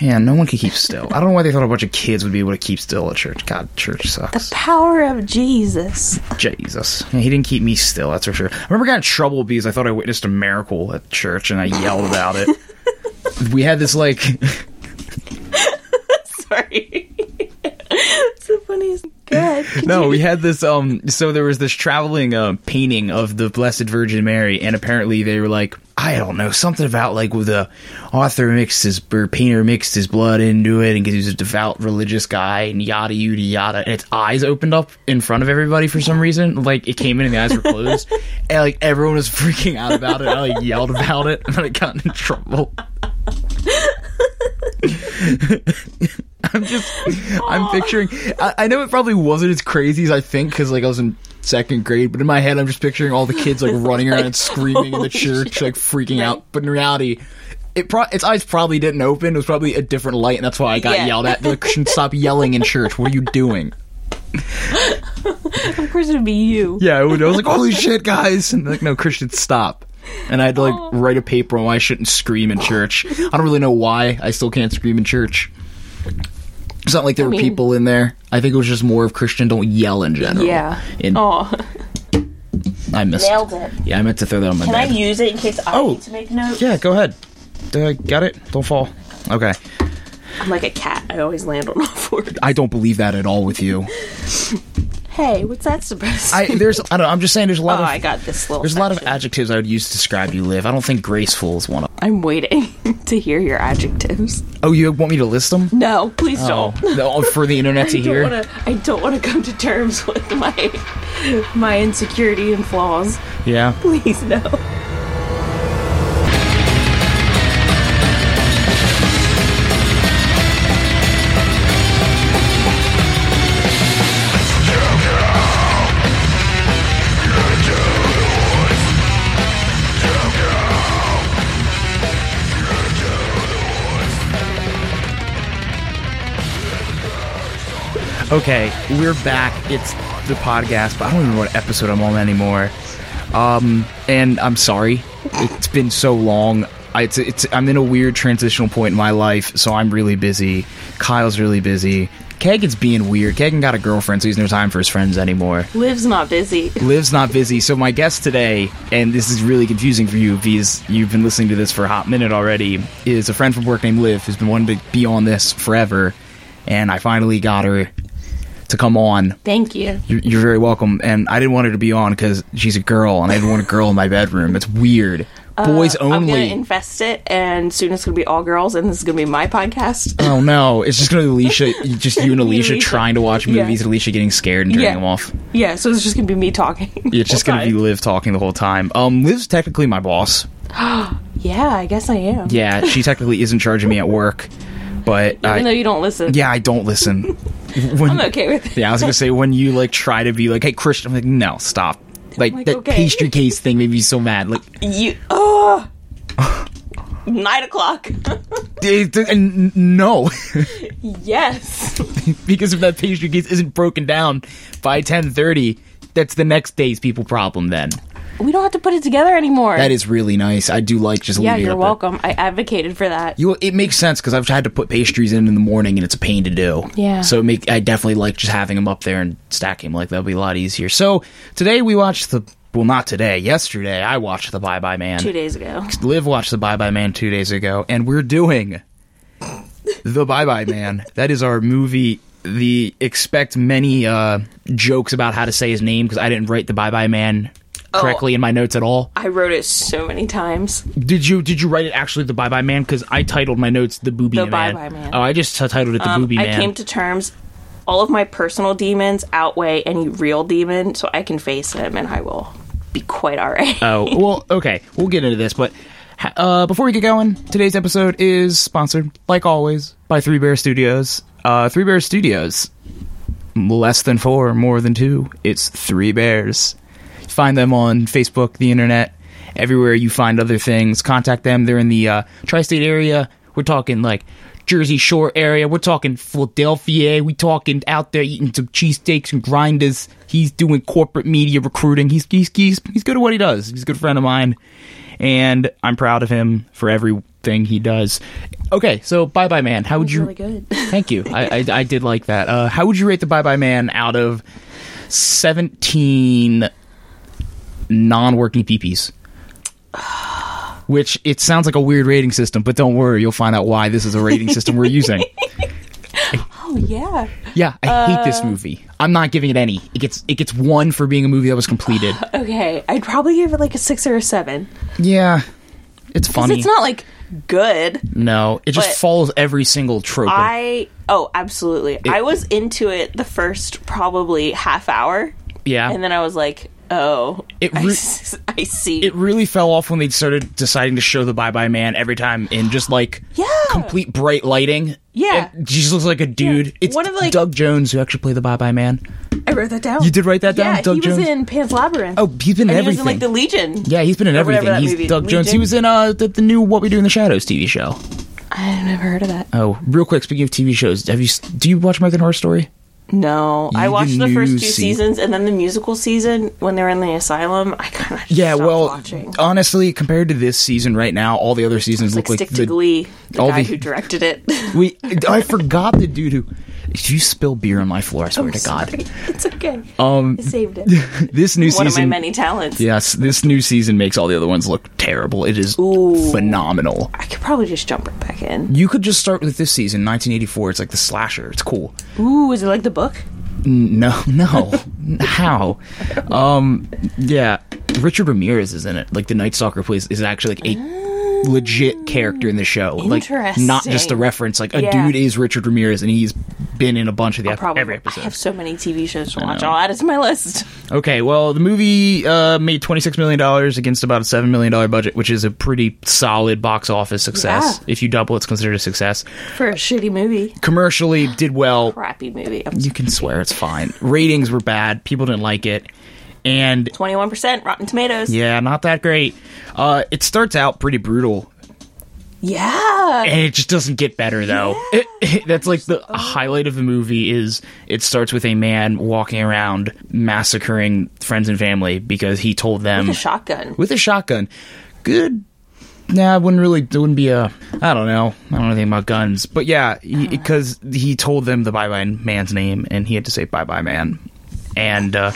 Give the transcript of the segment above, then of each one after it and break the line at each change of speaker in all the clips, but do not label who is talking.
Man, no one can keep still. I don't know why they thought a bunch of kids would be able to keep still at church. God, church
The
sucks.
power of Jesus.
Jesus. Yeah, he didn't keep me still, that's for sure. I remember I got in trouble because I thought I witnessed a miracle at church and I yelled about it. we had this, like,
Sorry. it's the funniest. Good.
no, we had this. Um, so there was this traveling uh, painting of the Blessed Virgin Mary, and apparently they were like, I don't know, something about like with the author mixed his or painter mixed his blood into it, and because he was a devout religious guy, and yada yada yada. And its eyes opened up in front of everybody for some reason. Like it came in, and the eyes were closed, and like everyone was freaking out about it. I like yelled about it, and I got in trouble. I'm just, I'm picturing. I, I know it probably wasn't as crazy as I think because like I was in second grade, but in my head I'm just picturing all the kids like running around and screaming in the church, like freaking out. But in reality, it pro- its eyes probably didn't open. It was probably a different light, and that's why I got
Yeah.
yelled at. They're Like, "Christian, stop yelling in church. What are you doing?
Of course, it would be you.
Yeah, I was I was like, holy shit, guys! And they're like, no, Christian, stop. And I had to like write a paper on why I shouldn't scream in church. I don't really know why I still can't scream in church. It's not like there were
mean-
people in there. I think it was just more of Christian don't yell in general.
Yeah.
And
Oh,
I missed.
Nailed it.
Yeah, I meant to throw that on my
Can I
bed.
use it in case I
Oh.
need to make notes?
yeah, go ahead. Uh, got it. Don't fall. Okay.
I'm like a cat. I always land on all fours.
I don't believe that at all with you.
Hey, what's that supposed to?
I there's I don't know, I'm just saying there's a lot
oh,
of
I got this little.
there's a lot of
section.
adjectives I would use to describe you, Liv. I don't think graceful is one of
I'm waiting to hear your adjectives.
Oh, you want me to list them?
No, please
Oh,
don't.
no, for the internet to
I don't
hear.
wanna- I don't want to come to terms with my my insecurity and flaws.
Yeah.
Please no.
Okay, we're back. It's the podcast, but I don't even know what episode I'm on anymore. Um, and I'm sorry. It's been so long. I, it's, it's I'm in a weird transitional point in my life, so I'm really busy. Kyle's really busy. Kagan's being weird. Kagan got a girlfriend, so he's no time for his friends anymore.
Liv's not busy.
Liv's not busy, so my guest today, and this is really confusing for you because you've been listening to this for a hot minute already, is a friend from work named Liv who's been wanting to be on this forever, and I finally got her to come on.
Thank you.
You're, you're very welcome, and I didn't want her to be on because she's a girl, and I didn't want a girl in my bedroom. It's weird. Boys
Uh, I'm gonna
only.
invest it, and soon it's gonna be all girls, and this is gonna be my podcast.
oh no, it's just gonna be Alicia, just you and Alicia
Alicia.
trying to watch
Yeah.
movies, and Alicia getting scared and turning
Yeah.
them off.
yeah, so it's just gonna be me talking.
It's just gonna be Liv talking the whole time. Um, Liv's technically my boss.
Yeah, I guess I am.
Yeah, she technically isn't charging me at work, but I,
Even though you don't listen,
yeah, I don't listen. When,
I'm okay with it.
Yeah, I was gonna say when you like try to be like, "Hey, Christian," I'm like, "No, stop." Like,
like,
that
okay.
pastry case thing made me so mad. Like,
You. Oh. Nine o'clock.
it- it- eh, and no,
yes.
because if that pastry case isn't broken down by ten thirty, that's the next day's people problem. Then
We don't have to put it together anymore.
that is really nice. I do like just
yeah,
leaving it
you're
up there.
welcome. I advocated for that.
You, it makes sense because I've tried to put pastries in in the morning and it's a pain to do.
Yeah.
So it make I definitely like just having them up there and stacking them. Like that'll be a lot easier. So today we watched the well, not today. Yesterday I watched the Bye Bye Man.
Two days ago.
Liv watched the Bye Bye Man two days ago, and we're doing the Bye Bye Man. that is our movie. The expect many uh, jokes about how to say his name because I didn't write the Bye Bye Man correctly in my notes at all.
I wrote it so many times.
Did you did you write it actually the Bye Bye Man? Because I titled my notes the Booby
The
Man.
Bye Bye Man. Um,
Oh, I just t- titled it the Booby
I
Man.
came to terms. All of my personal demons outweigh any real demon, so I can face him, and I will be quite all right.
oh well, okay, we'll get into this, but. ha- Uh, before we get going, today's episode is sponsored, like always, by Three Bear Studios. Uh, Three Bear Studios. Less than four, more than two. It's Three Bears. Find them on Facebook, the internet, everywhere you find other things. Contact them. They're in the uh, tri state area. We're talking like Jersey Shore area. We're talking Philadelphia. we talking out there eating some cheesesteaks and grinders. He's doing corporate media recruiting. He's, he's, he's, he's good at what he does. He's a good friend of mine. and I'm proud of him for everything he does. Okay, so Bye Bye Man, how would you?
really good.
Thank you. I, I I did like that. Uh, how would you rate the Bye Bye Man out of seventeen non-working peepees? Which it sounds like a weird rating system, but don't worry, you'll find out why this is a rating system we're using.
Oh yeah.
Yeah, I hate
Uh,
this movie. I'm not giving it any. It gets it gets one for being a movie that was completed.
Okay, I'd probably give it like a six or a seven.
yeah, it's
'Cause
funny.
It's not like good.
no, it just
but
follows every single trope. of-
I oh absolutely. I was into it the first probably half hour,
yeah,
and then I was like, oh,
Uh. It
I
re-
s- I see.
it really fell off when they started deciding to show the Bye Bye Man every time in just like
Yeah.
complete bright lighting.
Yeah.
and she just looks like a dude. It's
One of, like-
Doug Jones who actually played the Bye Bye Man.
I wrote that down.
You did write that down,
Yeah,
Doug
he
Jones?
was in Pan's Labyrinth.
Oh, he's been in
and
everything.
He was in like the Legion.
yeah, he's been in
or whatever
everything.
that
He's
movie-
Doug Jones. He
Legion?
was in uh the, the new What We Do in the Shadows TV show.
I've never heard of that.
Oh, real quick, speaking of TV shows, have you s- do you watch American Horror Story?
No, I
You
watched the first
knew
two
se-
seasons, and then the musical season when they were in the asylum. I kind of
Yeah, well,
watching.
honestly, compared to this season right now, all the other seasons
like,
look like
stick
the-
to Glee, the
all the-
guy
Oh
who directed it.
we. I forgot the dude who. Did you spill beer on my floor? I swear to God.
it's okay. Um, I saved it.
This new
One of my
season.
many talents.
yes, this new season makes all the other ones look terrible. It is phenomenal.
I could probably just jump right back in.
You could just start with this season, 1984. It's like the slasher. It's cool.
Ooh, is it like the book?
No, no. How? Um, yeah. Richard Ramirez is in it. Like the Night Stalker plays is actually like a legit character in the show. Like not just a
Oh. Interesting.
reference. Like a
Yeah.
dude is Richard Ramirez and he's been in a bunch of the ep-
Probably.
every
I
episode.
have so many TV shows to watch. I'll add it to my list.
Okay, well, the movie uh, made twenty six million dollars against about a seven million dollar budget, which is a pretty solid box office success.
Yeah.
If you double, it's considered a success.
For a shitty movie.
Commercially, did well.
Crappy movie.
You can swear it's fine. Ratings were bad. People didn't like it, and
21% Rotten Tomatoes.
yeah, not that great. Uh, it starts out pretty brutal,
Yeah.
and it just doesn't get better though. that's like the highlight of the movie is it starts with a man walking around massacring friends and family because he told them
The shotgun.
with a shotgun. Good. Nah, it wouldn't really. It wouldn't be a. I don't know. I don't know anything about guns, but yeah, because he, told them the Bye Bye Man's name, and he had to say Bye Bye Man. And uh,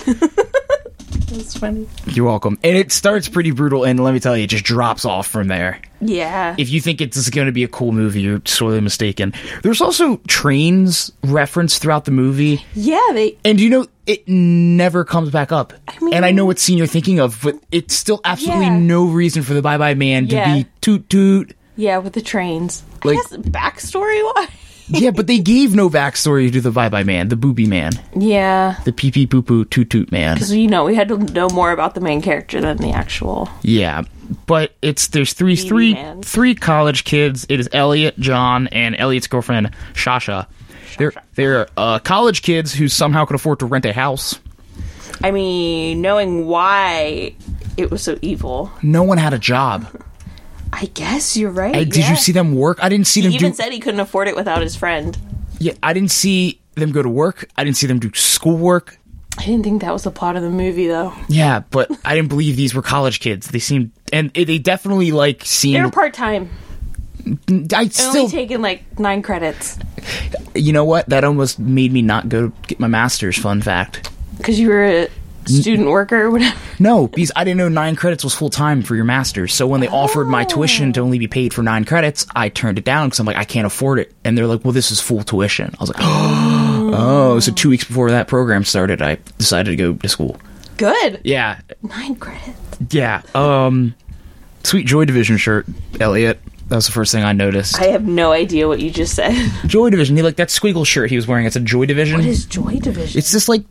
That's funny.
you're welcome. And it starts pretty brutal, and let me tell you, it just drops off from there.
Yeah.
If you think it's going to be a cool movie, you're sorely mistaken. There's also trains referenced throughout the movie,
yeah, they.
and you know it never comes back up.
mean-
and I know what scene you're thinking of, but it's still absolutely
Yeah.
no reason for the Bye Bye Man to
Yeah.
be toot toot.
Yeah, with the trains.
Like-
I guess backstory wise.
yeah, but they gave no backstory to the Bye Bye Man, the Booby Man,
Yeah.
the Pee Pee Poo Poo Toot Toot Man.
So, you know, we had to know more about the main character than the actual.
Yeah, but it's there's three three
Man.
three college kids. It is Elliot, John, and Elliot's girlfriend Shasha. They're they're uh, college kids who somehow could afford to rent a house.
I mean, knowing why it was so evil.
No one had a job.
I guess you're right.
Hey, Did
yeah.
you see them work? I didn't see them
He even
do.
said he couldn't afford it without his friend.
yeah, I didn't see them go to work. I didn't see them do schoolwork.
I didn't think that was the plot of the movie, though.
Yeah, but I didn't believe these were college kids. They seemed and they definitely like
They were
seemed.
part time.
I
Only
still
taking like nine credits
you know what? That almost made me not go get my master's. Fun fact.
because you were a student worker or whatever.
No, because I didn't know nine credits was full time for your master's. So when they offered my tuition to only be paid for nine credits, I turned it down because I'm like, I can't afford it. And they're like, Well, this is full tuition. I was like, Oh, so two weeks before that program started, I decided to go to school.
Good.
Yeah,
Nine credits.
yeah. Um, sweet Joy Division shirt, Elliot. That was the first thing I noticed.
I have no idea what you just said.
Joy Division. He like that squiggle shirt he was wearing. It's a Joy Division.
His Joy Division.
It's this like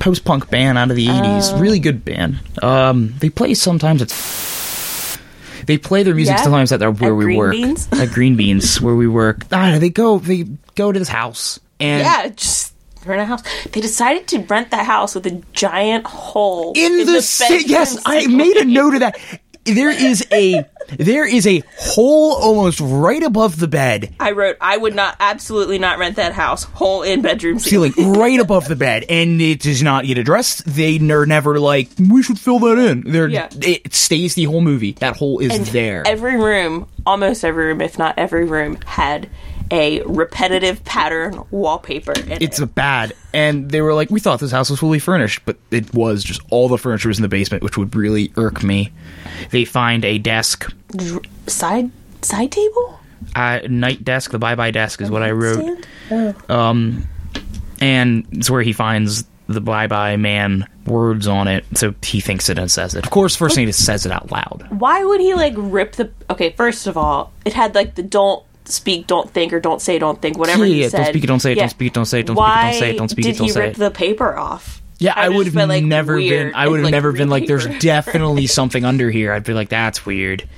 post punk band out of the eighties.
Oh.
really good band. Um, they play sometimes at they play their music
Yeah?
sometimes at their, where
At
we
Green
work
Beans?
at Green Beans where we work. I don't know, they go they go to this house and
yeah, just rent a house. They decided to rent the house with a giant hole
in the, si-
bedroom
yes I
ceiling.
made a note of that. there is a there is a hole almost right above the bed
I wrote, I would not, absolutely not rent that house. Whole in bedroom ceiling.
ceiling right above the bed and it does not get addressed they are never like we should fill that in They're,
Yeah.
it stays the whole movie that hole is there
Every room, almost every room, if not every room, had a repetitive pattern wallpaper. In
it's
it.
a bad and they were like we thought this house was fully furnished but it was just all the furniture was in the basement which would really irk me they find a desk
Dr- side side table.
uh, night desk the bye bye desk is what i wrote
Stand?
and it's where he finds the bye bye man words on it so he thinks it and says it of course first thing he just says it out loud
Why would he like rip the? Okay, first of all, it had like the don't speak, don't think, or don't say, don't think, whatever
Yeah,
he
yeah,
said.
don't speak it, don't say it, don't speak it, don't say it, don't speak it,
Why
don't say it, don't speak it,
did
don't
he
say
rip
it.
the paper off?
yeah i
just
would have
been, like,
never
weird
been i
and,
would have
like,
never been like there's
repapered.
definitely something under here i'd be like that's weird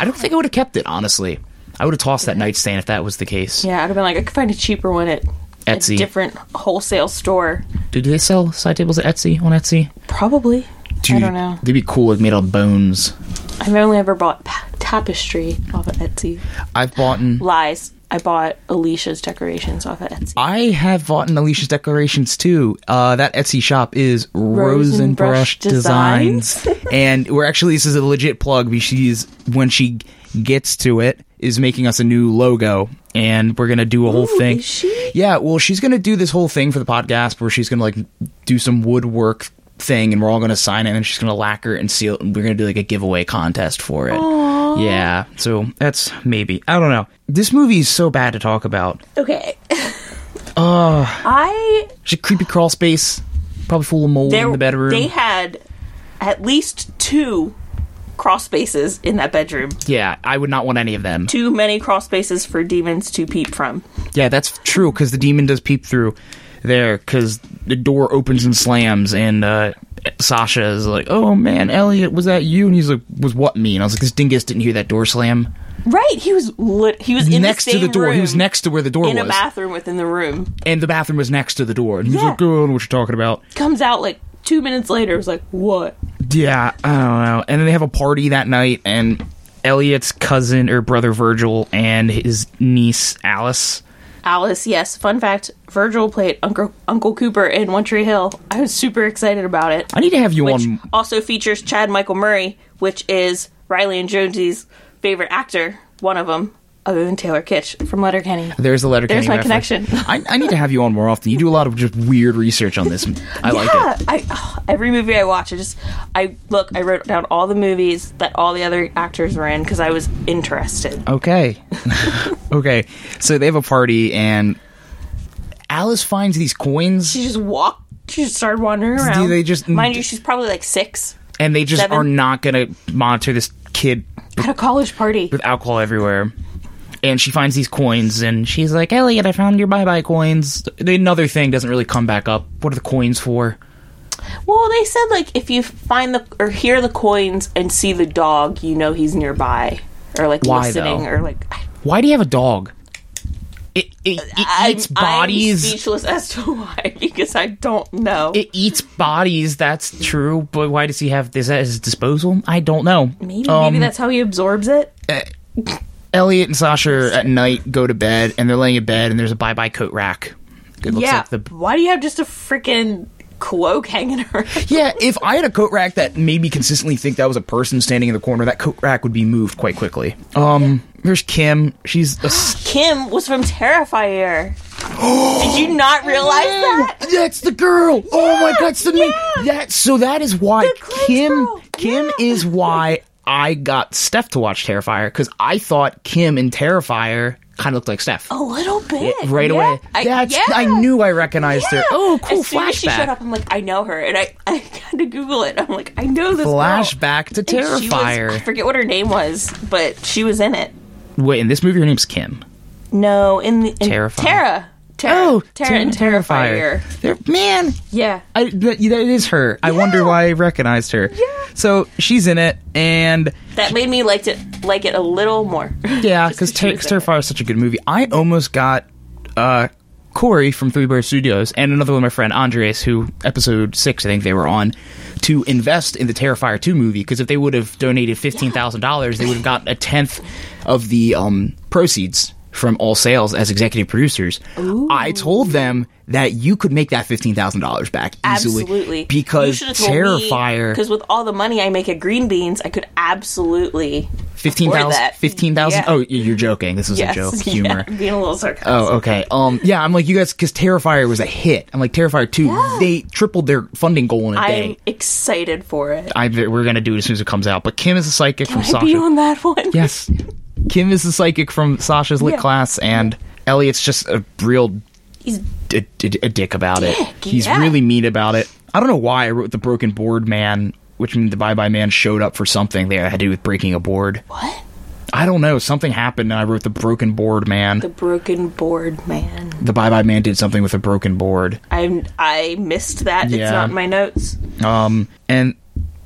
i don't think i would have kept it honestly i would have tossed that nightstand if that was the case
Yeah, I'd have been like, I could find a cheaper one at
Etsy.
a different wholesale store.
Do they sell side tables at Etsy on Etsy?
Probably. I don't know.
They'd be cool if made out of bones.
I've only ever bought pa- tapestry off of Etsy.
I've bought
Lies. I bought Alicia's decorations off of Etsy.
I have bought in Alicia's decorations too. Uh, that Etsy shop is Rose and Brush
Rosenbrush
Designs,
Designs.
and we're actually this is a legit plug because she's when she gets to it is making us a new logo, and we're gonna do a whole
Ooh,
thing.
is she?
Yeah, well, she's gonna do this whole thing for the podcast where she's gonna like do some woodwork thing, and we're all gonna sign it, and she's gonna lacquer it and seal it, and we're gonna do like a giveaway contest for it. Yeah, so that's maybe I don't know. This movie is so bad to talk about.
Okay. Oh. I
Just a creepy crawl space, probably full of mold
there,
in the bedroom.
They had at least two cross spaces in that bedroom.
yeah, I would not want any of them.
Too many cross spaces for demons to peep from.
Yeah, that's true because the demon does peep through there because the door opens and slams, and uh, Sasha is like, "Oh man, Elliot, was that you?" And he's like, "Was what me?" And I was like, "This dingus didn't hear that door slam
Right, he was lit, he was in
next
the
to
same
the door.
Room,
He was next to where the door
in a
was,
bathroom within the room.
and the bathroom was next to the door." And he's
Yeah.
like, "Oh, I don't know what you're talking about."
Comes out like two minutes later. Was like, what?
Yeah, I don't know. And then they have a party that night, and Elliot's cousin or brother Virgil and his niece Alice
Alice, yes. Fun fact: Virgil played Uncle Uncle Cooper in One Tree Hill. I was super excited about it.
I need to have you
Which
on.
also features Chad Michael Murray, which is Riley and Jonesy's favorite actor, one of them, other than Taylor Kitsch from Letterkenny.
There's the letter.
There's my connection.
I, I need to have you on more often. You do a lot of just weird research on this. I
yeah,
like it.
I oh, every movie I watch, I just I look. I wrote down all the movies that all the other actors were in because I was interested.
Oh. Okay. okay. So they have a party, and Alice finds these coins,
She just walked. She just started wandering around.
they just-
mind you, she's probably like six
and they just
Seven.
are not going to monitor this kid
at a college party.
with alcohol everywhere. And she finds these coins, and she's like, Elliot, I found your bye bye coins. Another thing doesn't really come back up. What are the coins for?
Well, they said like if you find the or hear the coins and see the dog, you know he's nearby or like
Why,
listening
though?
or like
Why do you have a dog? It, it, it eats bodies.
I'm speechless as to why because I don't know.
it eats bodies. That's true, but why does he have this at his disposal? I don't know. Uh,
maybe
um,
maybe that's how he absorbs it.
Elliot and Sasha are at night go to bed, and they're laying in bed, and there's a bye bye coat rack. It looks
Yeah.
like the
why do you have just a freaking cloak hanging around?
yeah. If I had a coat rack that made me consistently think that was a person standing in the corner, that coat rack would be moved quite quickly. Um, there's Kim. She's a s-
Kim was from Terrifier. Did you not realize
Mm.
that?
that's the girl. oh my god, it's the main-
yeah.
that. So that is why
clothes
Kim
girl.
Kim
Yeah.
is why I got Steph to watch Terrifier because I thought Kim in Terrifier kind of looked like Steph.
A little bit.
right
Oh, yeah.
away.
I,
That's
yeah.
I knew I recognized
Yeah.
her. Oh, cool
as soon
flashback.
As she showed up, I'm like, I know her, and I, I had to Google it. I'm like, I know this girl.
flashback to
And she was- I
Terrifier.
forget what her name was, but she was in it.
Wait, in this movie her name's Kim.
No, in the in
Terrifier.
Tara. Tara.
Oh,
Tara and Terrifier.
There- man,
Yeah.
I, that, that is her. I wonder why I recognized her. Yeah. So she's in it, and
That made me liked it like it a little more.
yeah,
Just
because
she was in it.
Terrifier is such a good movie. I almost got uh, Corey from Three Bear Studios and another one, my friend Andres, who episode six I think they were on, to invest in the Terrifier two movie because if they would have donated fifteen thousand dollars, they would have gotten a tenth of the um, proceeds from all sales as executive producers. I told them that you could make that fifteen thousand dollars back easily
Absolutely.
because Terrifier
Because with all the money I make at Green Beans, I could absolutely.
fifteen
afford
thousand
that.
fifteen thousand.
Yeah.
Oh, y- you're joking. This is a joke.
Yes.
Humor.
Yeah, being a little sarcastic.
Oh, okay. Um, yeah, I'm like you guys because Terrifier was a hit. I'm like Terrifier two. They tripled their funding goal in a
I'm
day.
excited for it.
I, we're gonna do it as soon as it comes out. But Kim is a psychic from
I'd be
Sasha.
on that one.
yes, Kim is the psychic from Sasha's lit
Yeah.
class, and Elliot's just a real
He's
d- d- a dick about it.
Dick,
He's
yeah.
really mean about it. I don't know why I wrote the broken board man, which means the bye bye man showed up for something that had to do with breaking a board.
what?
I don't know. Something happened, and I wrote the broken board man.
The broken board man.
the bye bye man did something with a broken board.
I I missed that.
Yeah.
It's not in my notes.
um and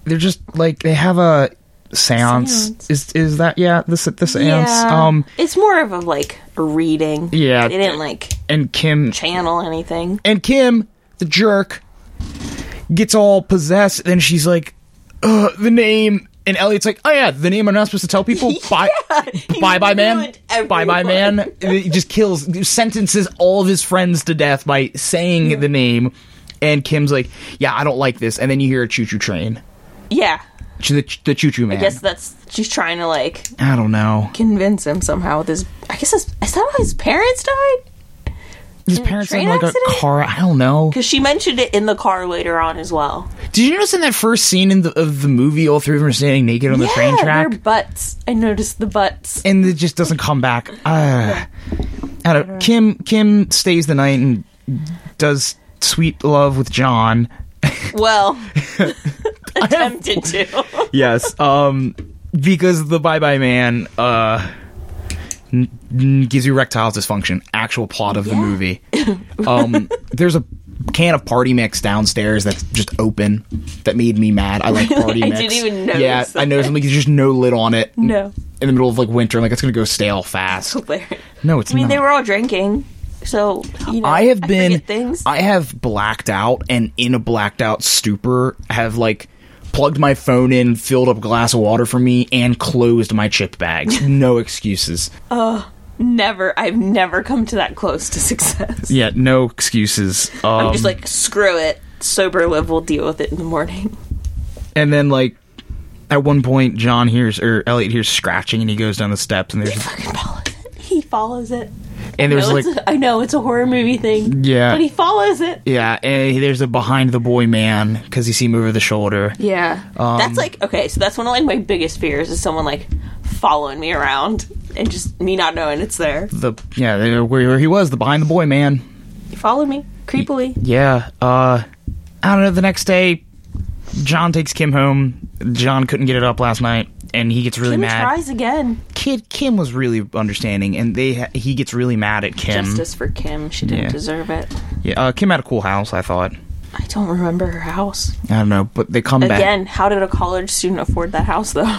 they're just like they have a seance,
Seance.
is is that yeah this this seance um
it's more of a like a reading.
Yeah.
they didn't like
and kim
channel anything.
and kim the jerk gets all possessed then she's like Ugh, the name and elliot's like oh yeah the name i'm not supposed to tell people bye
he
bye bye man
ruined everyone.
bye bye man he just kills sentences all of his friends to death by saying the name and kim's like yeah i don't like this and then you hear a choo-choo train
Yeah,
Ch- the, ch- the choo-choo man
guess that's she's trying to like
i don't know
convince him somehow with his. I guess his, is that how his parents died?
His parents
train
in like
accident?
a car. I don't know.
Because she mentioned it in the car later on as well.
Did you notice in that first scene in the, of the movie, all three of them are standing naked on the train
yeah,
track,
their butts. I noticed the butts.
and it just doesn't come back. Uh, I don't, Kim Kim stays the night and does sweet love with John.
Well, attempted to.
Yes. Um, because the Bye Bye Man uh n- n- gives you erectile dysfunction. Actual plot of the movie. Um, there's a can of party mix downstairs that's just open that made me mad. I like party
I
mix.
didn't even notice
Yeah, I
that.
noticed. I'm like, there's just no lid on it.
No.
In the middle of like winter, I'm like, it's gonna go stale fast.
Hilarious.
No, it's
I mean,
not.
they were all drinking, so you know,
I have been
forget things.
I have blacked out and in a blacked out stupor have like plugged my phone in, filled up a glass of water for me, and closed my chip bag. no excuses.
never, I've never come to that close to success.
Yeah, no excuses. Um,
I'm just like, screw it. Sober live. We'll deal with it in the morning.
and then like at one point John hears or Elliot hears scratching and he goes down the steps and there's
Fucking follows it. He follows it.
and there's
No,
like
it's a- I know it's a horror movie thing.
Yeah.
but he follows it.
yeah, and there's a behind the boy man because you see him over the shoulder.
Yeah,
Um,
that's like okay. So that's one of like my biggest fears is someone like following me around and just me not knowing it's there.
The yeah, there- where he was, the behind the boy man.
He followed me creepily.
Yeah. Uh, I don't know. The next day, John takes Kim home. John couldn't get it up last night, and he gets really
Kim
mad.
tries again.
Kid Kim was really understanding, and they ha- he gets really mad at Kim.
Justice for Kim. She didn't
Yeah.
deserve it.
Yeah. Uh, Kim had a cool house, I thought.
I don't remember her house.
I don't know, but they come back.
Again, how did a college student afford that house though?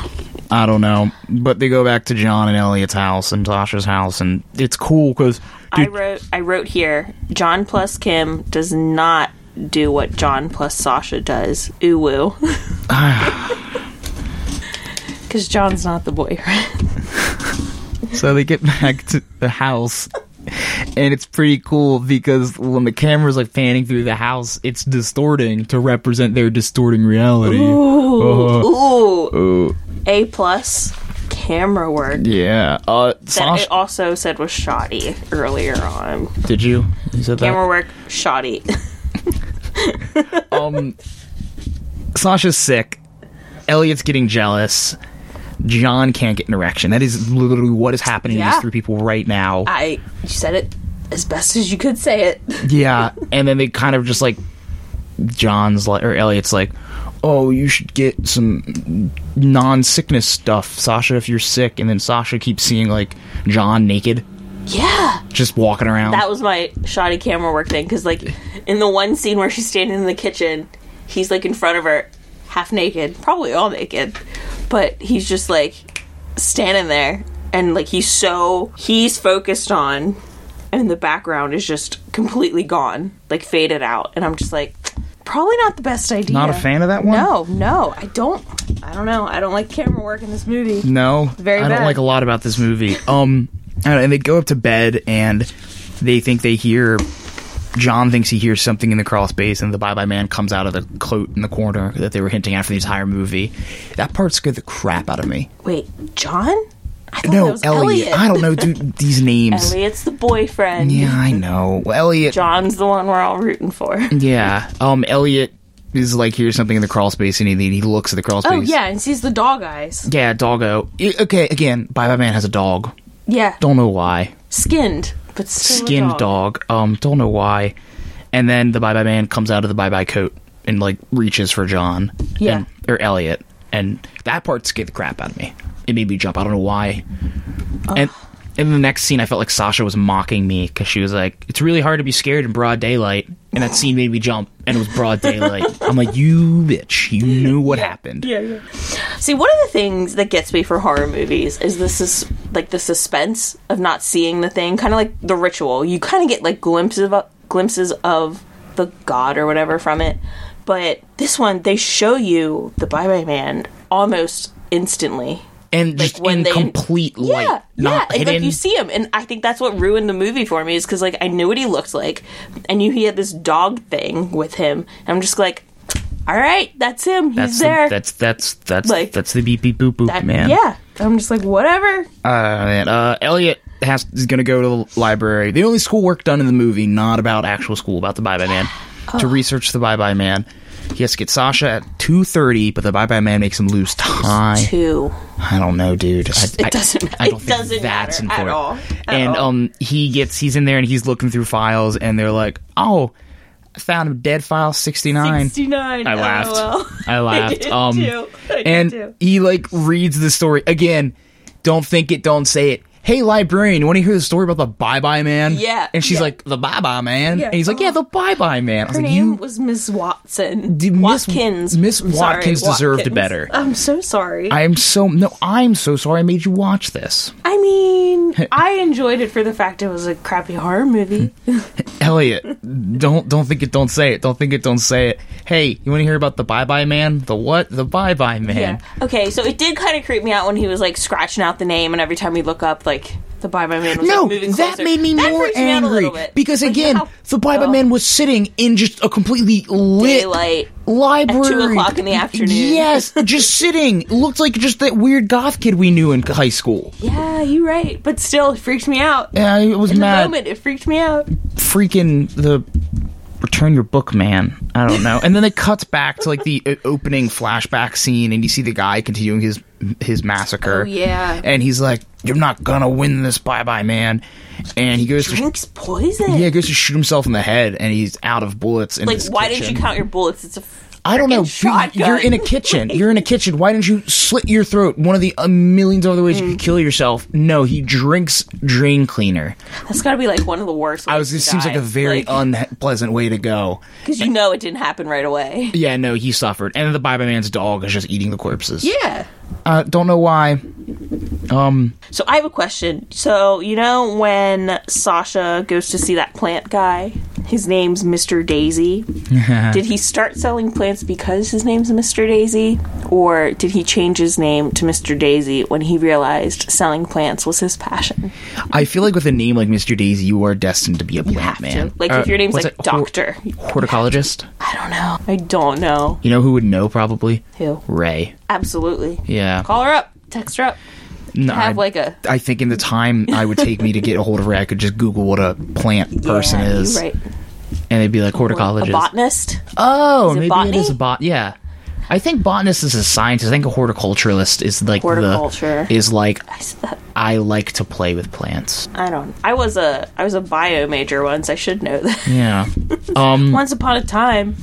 I don't know, but they go back to John and Elliot's house and Tasha's house, and it's cool because
I wrote I wrote here John plus Kim does not do what John plus Sasha does. Ooh woo. Cuz John's not the boyfriend.
So they get back to the house, and it's pretty cool because when the camera's like panning through the house, it's distorting to represent their distorting reality. Uh,
Ooh. A plus camera work.
Yeah. Uh,
That
Sasha,
it also said was shoddy earlier on.
did you? You said
Camera work shoddy.
that. Um, Sasha's sick. Elliot's getting jealous. John can't get an erection. That is literally what is happening to
Yeah.
these three people right now.
I you said it as best as you could say it.
Yeah, and then they kind of just like John's like or Elliot's like, "Oh, you should get some non-sickness stuff, Sasha, if you're sick." And then Sasha keeps seeing like John naked,
Yeah.
just walking around.
that was my shoddy camera work thing because like in the one scene where she's standing in the kitchen he's like in front of her half naked probably all naked but he's just like standing there and like he's so he's focused on and the background is just completely gone, like faded out, and I'm just like, probably not the best idea.
Not a fan of that one?
No, no, I don't. I don't know. I don't like camera work in this movie.
No,
Very
I
bad.
don't like a lot about this movie. Um, I don't know, and they go up to bed and they think they hear. John thinks he hears something in the crawl space, and the Bye Bye Man comes out of the cloak in the corner that they were hinting at for the entire movie. That part scared the crap out of me.
Wait, John? I thought Oh, that
No,
was
Elliot. I don't know dude, these names.
Elliot's the boyfriend.
Yeah, I know. Well, Elliot.
John's the one we're all rooting for.
Yeah. Um, Elliot is like hears something in the crawl space, and he, he looks at the crawl space.
Oh yeah, and sees the dog eyes.
Yeah, doggo. I- okay, again, Bye Bye Man has a dog.
Yeah,
Don't know why.
skinned, but still a
Skinned dog.
dog.
Um, don't know why. And then the Bye Bye Man comes out of the Bye Bye coat and like reaches for John.
Yeah.
and- or Elliot, and that part scared the crap out of me. It made me jump. I don't know why. And in the next scene, I felt like Sasha was mocking me because she was like, "It's really hard to be scared in broad daylight." And that scene made me jump, and it was broad daylight. I'm like, "You bitch! You knew what happened."
Yeah, yeah. See, one of the things that gets me for horror movies is this is like the suspense of not seeing the thing, kind of like the ritual. You kind of get like glimpses of glimpses of the god or whatever from it, but this one they show you the Bye Bye Man almost instantly.
And just
when
in
they-
complete light,
yeah,
not
yeah. It's
hidden.
like you see him, and I think that's what ruined the movie for me is because like I knew what he looked like, I knew he had this dog thing with him, and I'm just like, all right, that's him. He's
that's the-
there.
that's that's that's
Like-
that's the beep beep boop boop
That-
man.
Yeah, I'm just like whatever.
Uh, man. Uh, Elliot has is gonna go to the library. The only schoolwork done in the movie, not about actual school, about the Bye Bye Man, to research the Bye Bye Man. He has to get Sasha at two thirty, but the Bye Bye Man makes him lose time.
Two.
I don't know, dude. I,
It doesn't-
I, I don't
it
think
doesn't
that's
matter at
important.
all. At
and
all.
um, he gets he's in there and he's looking through files, and they're like, "Oh, I found a dead file sixty oh, nine.
69.
I laughed.
LOL.
I laughed.
Oh, did
um,
too. I did
and
too.
he like reads the story again. Don't think it, don't say it. Hey, librarian, you want to hear the story about the Bye Bye Man?
Yeah,
And she's
yeah.
like, the Bye Bye Man.
Yeah.
And he's like, yeah, the Bye Bye Man. I was
Her
like,
name
you.
was Miss Watson.
Did Miss-
Watkins.
Miss
I'm sorry,
Watkins deserved
Watkins.
better.
I'm so sorry. I,
I'm so no. I'm so sorry. I made you watch this,
mean, I enjoyed it for the fact it was a crappy horror
Hmm.
movie.
Elliot. Don't don't think it. Don't say it. Don't think it. Don't say it. Hey, you want to hear about the Bye Bye Man? The what? The Bye Bye Man.
yeah. Okay, so it did kind of creep me out when he was like scratching out the name, and every time we look up, like the Bye Bye Man was
No,
like, moving
that
closer.
made me
That
more
freaked me out a
angry
little bit.
because
Like,
again,
how-
the Bye Bye
Oh.
Man was sitting in just a completely lit
Daylight.
library
At 2 o'clock in the afternoon.
Yes, just sitting. Looked like just that weird goth kid we knew in high school.
Yeah, you're right, but still, it freaked me out.
Yeah, I was
In the
mad.
moment, it freaked me out.
Freaking the return your book man. I don't know. and then it cuts back to like the uh, opening flashback scene, and you see the guy continuing his his massacre.
Oh, yeah.
and he's like, "You're not gonna win this, Bye Bye Man." And he goes to
Drinks poison.
Yeah, he goes to shoot himself in the head, and he's out of bullets. In
Like,
his
why
kitchen.
didn't you count your bullets? It's a
I don't know.
freaking
dude, You're in a
shotgun.
kitchen. You're in a kitchen. Why didn't you slit your throat? One of the uh, millions of other ways
Mm.
you could kill yourself. No, he drinks drain cleaner.
that's got to be like one of the worst.
I was. This seems like a very unpleasant way to go.
because you know it didn't happen right away.
Yeah, no, he suffered, and the Bye Bye Man's dog is just eating the corpses.
Yeah.
uh, don't know why. Um,
So I have a question. So you know when Sasha goes to see that plant guy, his name's Mr. Daisy. did he start selling plants because his name's Mr. Daisy, or did he change his name to Mr. Daisy when he realized selling plants was his passion?
I feel like with a name like Mr. Daisy, you are destined to be a plant
have
Ah,
to.
man. Uh,
Like, if your name's,
what's
like,
it?
Doctor.
horticologist.
I don't know. I don't know
You know who would know probably
who.
Ray.
Absolutely.
Yeah.
Call her up. Text her up.
No,
Have
I-
like a
I think in the time I would take me to get a hold of her, I could just Google what a plant person
Yeah, you're
is,
right.
and they'd be like
A
horticologist.
botanist.
oh,
Is it
maybe
botany?
it is a bot. Yeah, I think botanist is a scientist. I think a horticulturalist is like
Horticulture.
the is like
I s-
I like to play with plants.
I don't. I was a I was a bio major once. I should know that.
Yeah. Um.
once upon a time.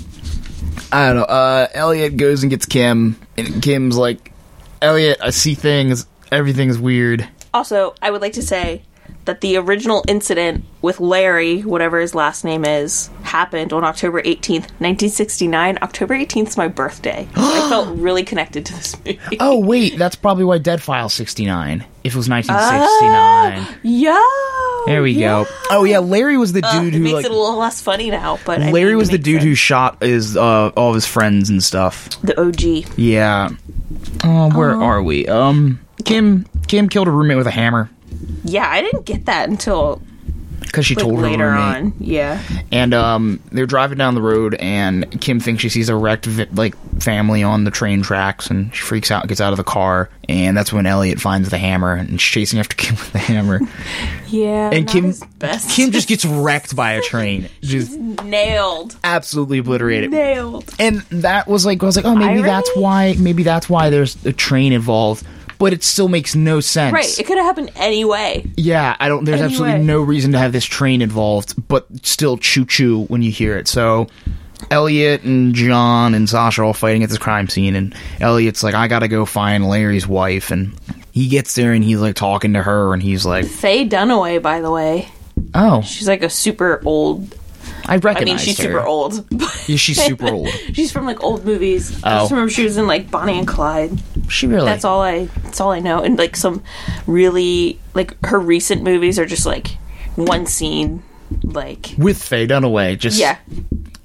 I don't know. Uh, Elliot goes and gets Kim, and Kim's like, Elliot, I see things. Everything's weird.
Also, I would like to say that the original incident with Larry, whatever his last name is, happened on October 18th, 1969. October 18th is my birthday. I felt really connected to this movie.
Oh wait, that's probably why Dead File 69. If it was 1969.
Yo!
there we go. Oh yeah, Larry was the dude
Uh, it
who
makes
like
it a little less funny now, but I
Larry
mean,
was
it
the
makes
dude who
sense.
shot his uh, all of his friends and stuff.
the OG.
Yeah. Oh, where are we? Um, Kim Kim killed a roommate with a hammer
Yeah, I didn't get that until
because she
like,
told her
later
roommate.
on. Yeah,
And um, they're driving down the road, and Kim thinks she sees a wrecked vi- like family on the train tracks, and she freaks out, gets out of the car, and that's when Elliot finds the hammer and she's chasing after Kim with the hammer.
yeah.
And
not
Kim,
his best.
Kim just gets wrecked by a train, just
nailed,
absolutely obliterated.
nailed.
and that was like I was like, oh, maybe
Irony?
that's why maybe that's why there's a train involved, but it still makes no sense.
Right, it could have happened anyway.
Yeah, I don't. There's absolutely
Anyway.
no reason to have this train involved, but still choo choo when you hear it. So. Elliot and John and Sasha are all fighting at this crime scene, and Elliot's like, "I gotta go find Larry's wife." And he gets there, and he's like talking to her, and he's like,
Faye Dunaway, by the way,
"Oh,
she's like a super old.
I recognize."
I mean, she's
her.
super old. but-
Yeah, she's super old.
she's from like old movies. I just
Oh.
remember she was in like Bonnie and Clyde.
She really.
That's all I. That's all I know. And like some really like her recent movies are just like one scene. Like
with Faye Dunaway. Just
yeah,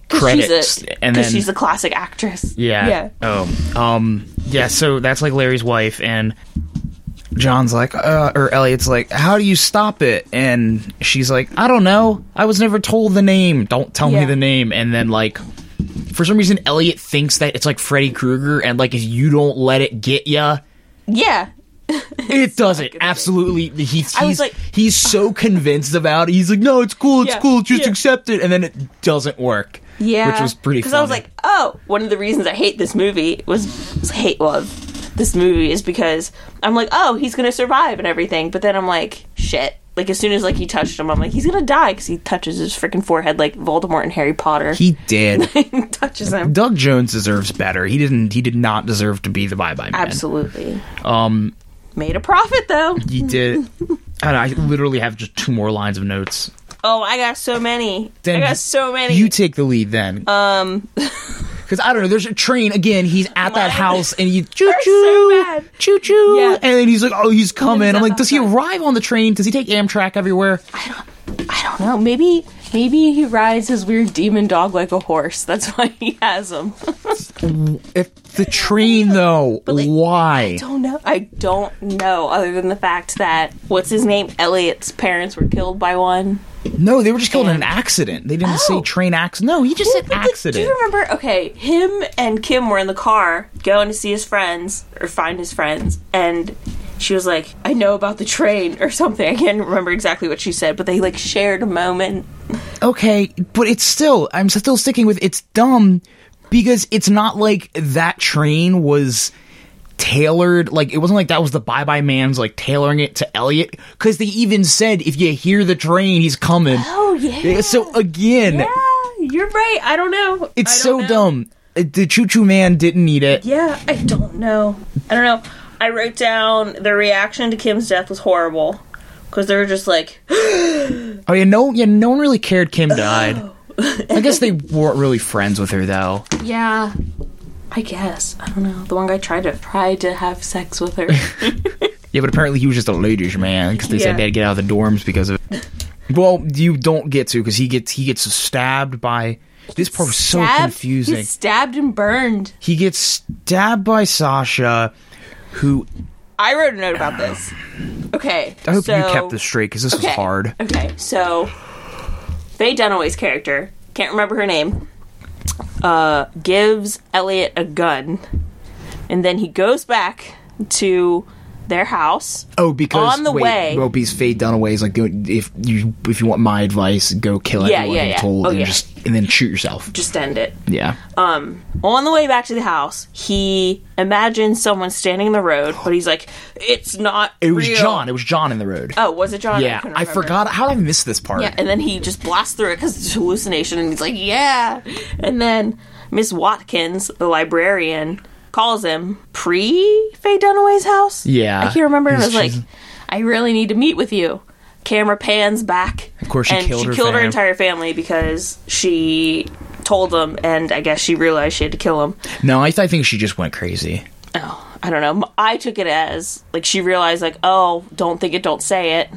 'Cause
credits,
She's a,
and
'cause
then
she's a classic actress.
Yeah.
yeah.
Oh. Um. Yeah. So that's like Larry's wife, and John's like, uh, or Elliot's like, "How do you stop it?" And she's like, "I don't know. I was never told the name. Don't tell me
Yeah.
the name." And then like. For some reason, Elliot thinks that it's like Freddy Krueger, and like if you don't let it get ya,
Yeah.
it doesn't. Absolutely, he's
I was
he's,
like-
he's so convinced about it. He's like, no, it's cool, it's
Yeah,
cool, just
yeah.
accept it, and then it doesn't work.
Yeah.
which was pretty.
Because I was
funny.
like, oh, one of the reasons I hate this movie was, was hate love. This movie is because I'm like, oh, he's gonna survive and everything, but then I'm like, shit. Like as soon as like he touched him, I'm like, he's gonna die because he touches his freaking forehead like Voldemort and Harry Potter.
he did.
touches him.
Doug Jones deserves better. He didn't. He did not deserve to be the Bye Bye Man.
Absolutely.
Um,
Made a profit though.
he did. And I literally have just two more lines of notes.
Oh, I got so many. I
Then
got so many.
You take the lead then,
um,
because I don't know. There's a train again. He's at
Mine
that house, and you choo
so
choo,
bad.
choo choo,
Yeah.
and then he's like, "Oh, he's coming."
he's
I'm
at
like,
the
"Does he
outside.
arrive on the train? Does he take Amtrak everywhere?"
I don't know. Maybe maybe he rides his weird demon dog like a horse. That's why he has him.
If the train though,
like,
why?
don't know. I don't know. Other than the fact that what's his name, Elliot's parents were killed by one.
No, they were just killed in an accident. They didn't say
Oh.
train accident. No, he just said
But the- Do
accident.
you remember? Okay, him and Kim were in the car going to see his friends or find his friends, and she was like, "I know about the train" or something. I can't remember exactly what she said, but they like shared a moment.
okay, but it's still I'm still sticking with it's dumb because it's not like that train was tailored like it wasn't like that was the bye bye man's like tailoring it to Elliot because they even said if you hear the train he's coming.
Oh yeah.
So again,
Yeah, you're right. I don't know.
it's
I
so
don't know.
dumb. Uh, The choo choo man didn't need it.
Yeah, I don't know. I don't know. I wrote down the reaction to Kim's death was horrible because they were just like,
Oh yeah, no, yeah, no one really cared Kim died.
Oh.
I guess they weren't really friends with her though.
yeah. I guess I don't know. The one guy tried to tried to have sex with her.
Yeah, but apparently he was just a ladies' man because they
Yeah.
said they had to get out of the dorms because of. Well, you don't get to because he gets he gets stabbed by. This part was so
Stabbed-
confusing.
He's stabbed and burned.
He gets stabbed by Sasha, who
I wrote a note about this. Okay,
I hope
so,
you kept this straight because this
okay,
was hard.
Okay, so Faye Dunaway's character can't remember her name. Uh, gives Elliot a gun, and then he goes back to their house.
Oh, because
On the
wait,
way-
well, because Faye Dunaway is like, go, if you if you want my advice, go kill
Yeah,
everyone
yeah,
you
yeah.
told,
Oh,
and
yeah.
just and then shoot yourself.
Just end it.
Yeah,
Um, On the way back to the house, he imagines someone standing in the road, but he's like, "It's not."
it was John. It was John in the road.
Oh, was it John?
yeah,
couldn't
I,
remember.
forgot. How did I miss this part?
Yeah, and then he just blasts through it because it's a hallucination, and he's like, "Yeah." And then Miss Watkins, the librarian, calls him pre Faye Dunaway's house.
Yeah.
I can't remember. And I was like,
She's-
"I really need to meet with you." camera pans back.
Of course she
and
killed
she
her
killed her
fam.
entire family because she told them, and I guess she realized she had to kill them.
No, I, th- I think she just went crazy.
Oh, I don't know. I took it as like she realized, like, oh, don't think it, don't say it.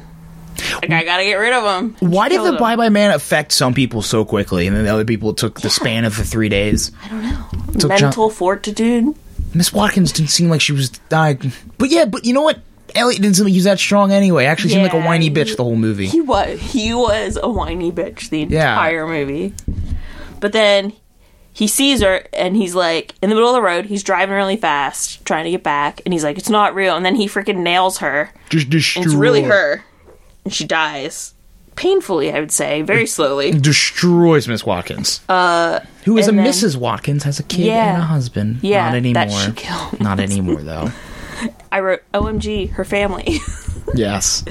Like I gotta get rid of them.
Why did
killed
the
him.
Bye Bye Man affect some people so quickly, and then the other people it took the span of the three days?
I don't know.
So John-
Mental fortitude.
Miss Watkins didn't seem like she was dying, but yeah, but you know what? Elliot didn't seem like he was that strong anyway. Actually, seemed like a
Yeah,
whiny
he-
bitch the whole movie.
He was he was a whiny bitch the
Yeah.
entire movie. But then he sees her and he's like in the middle of the road, he's driving really fast, trying to get back, and he's like, It's not real and then he freaking nails her.
just destroyed.
It's really her. And she dies. Painfully, I would say, very slowly.
Destroys Miss Watkins, uh, who is a
and then-
Mrs. Watkins, has a kid
Yeah.
and a husband.
Yeah,
not anymore.
that she killed.
Not anymore, though.
I wrote OMG, her family.
yes,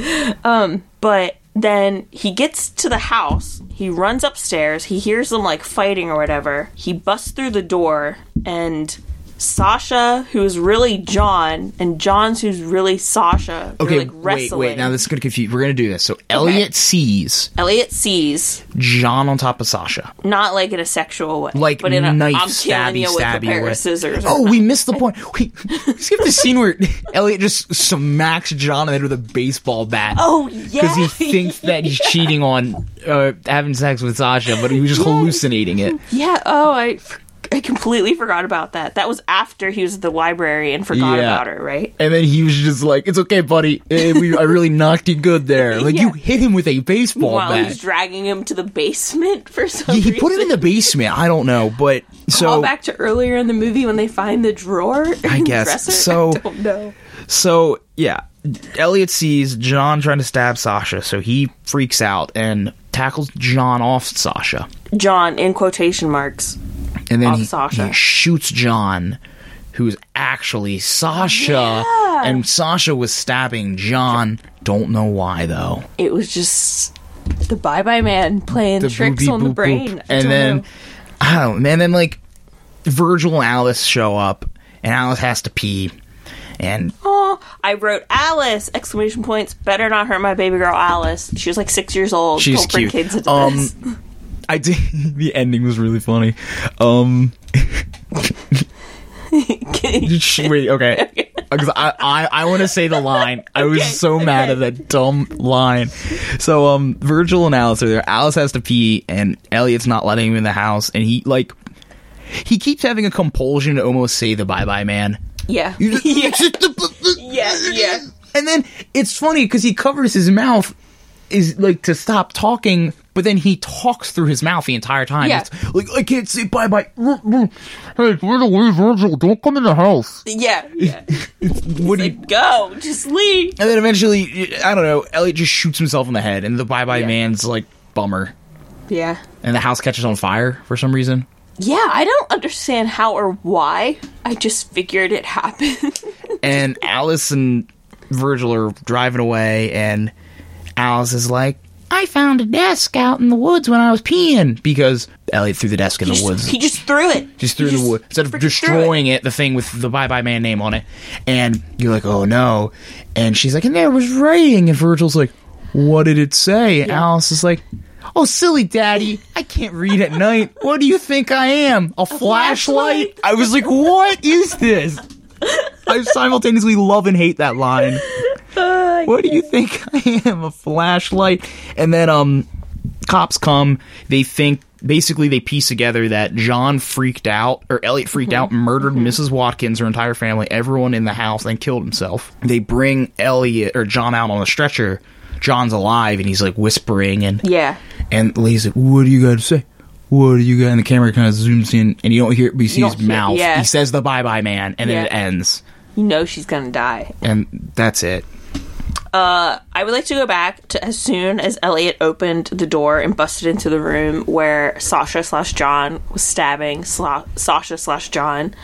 But then he gets to the house, he runs upstairs, he hears them like fighting or whatever. He busts through the door, and Sasha, who's really John, and John's who's really Sasha, they're
Okay,
like wrestling.
wait, wait. Now this is going to confuse. We're going to do this. So Elliot sees
Elliot sees,
John on top of Sasha.
not like in a sexual way,
Like
but in a
knife,
am killing
stabby,
you with a
stabby
pair
way.
of scissors.
Oh, we missed the point. We skip the scene where Elliot just smacks John in the head with a baseball bat.
oh yeah,
Because he thinks that he's cheating on uh, having sex with Sasha, but he was just hallucinating it.
yeah. Oh, I, f- I completely forgot about that. That was after he was at the library and forgot
Yeah.
about her, right?
And then he was just like, "It's okay, buddy. Eh, we, I really knocked you good there. Like you
Yeah.
hit him with a baseball
While
bat.
he's dragging him to the basement for some
Yeah,
reason.
he put him in the basement. I don't know, but
All
so
back to earlier in the movie when they find the drawer. I
guess.
Dresser?
So-
I don't know.
So yeah, Elliot sees John trying to stab Sasha, so he freaks out and tackles John off Sasha,
John in quotation marks.
and then
Off
he,
Sasha.
he shoots John, who's actually Sasha, and Sasha was stabbing John. Don't know why though.
It was just the Bye Bye Man playing tricks
boopy
on the
boop
brain.
boop.
I
and
don't
then
know.
I don't. know, And then like Virgil and Alice show up, and Alice has to pee, and
Aw, I wrote Alice exclamation points. Better not hurt my baby girl Alice. She was like six years old.
She's
don't bring
cute.
kids into
Um,
this.
I did. The ending was really funny. Um, sh- wait, okay. 'Cause I, I, I want to say the line. I was
Okay,
so mad at
okay.
that dumb line. So, um, Virgil and Alice are there. Alice has to pee, and Elliot's not letting him in the house, and he like. He keeps having a compulsion to almost say the bye bye man.
yeah.
You just-
yeah.
it's just the-
Yeah, yeah.
And then it's funny because he covers his mouth is like to stop talking, but then he talks through his mouth the entire time.
Yeah.
It's like I can't say bye bye. Hey, where the way, Virgil? Don't come in the house.
Yeah. Yeah.
What do you?
Go. Just leave.
And then eventually, I don't know. Elliot just shoots himself in the head, and the bye bye
Yeah.
man's like bummer,
Yeah.
and the house catches on fire for some reason.
Yeah, I don't understand how or why. I just figured it happened.
and Alice and Virgil are driving away, and Alice is like, "I found a desk out in the woods when I was peeing because Elliot threw the desk in the
Just-
woods.
He just threw it.
Just threw
he
the
just
wood instead of
freaking threw
destroying it. The thing with the Bye Bye Man name on it, and you're like, "Oh no!" And she's like, "And there was writing," and Virgil's like, "What did it say?" And Alice is like. Oh, silly daddy. I can't read at night. What do you think I am? A, flashlight?
flashlight?
I was like, what is this? I simultaneously love and hate that line. what do you think I am? A flashlight? And then um cops come, they think basically they piece together that John freaked out or Elliot freaked
Mm-hmm.
out, murdered Mrs. Watkins, her entire family, everyone in the house, and killed himself. They bring Elliot or John out on a stretcher. John's alive and he's like whispering and
Yeah.
and Lee's like, "What do you got to say? What do you got?" And the camera kind of zooms in, and you don't hear it, but you see
You
his
don't hear-
mouth.
yeah.
He says the "Bye Bye Man," and then
Yeah.
it ends,
You know she's gonna die.
and that's it.
I would like to go back to as soon as Elliot opened the door and busted into the room where Sasha slash John was stabbing sla- Sasha slash John.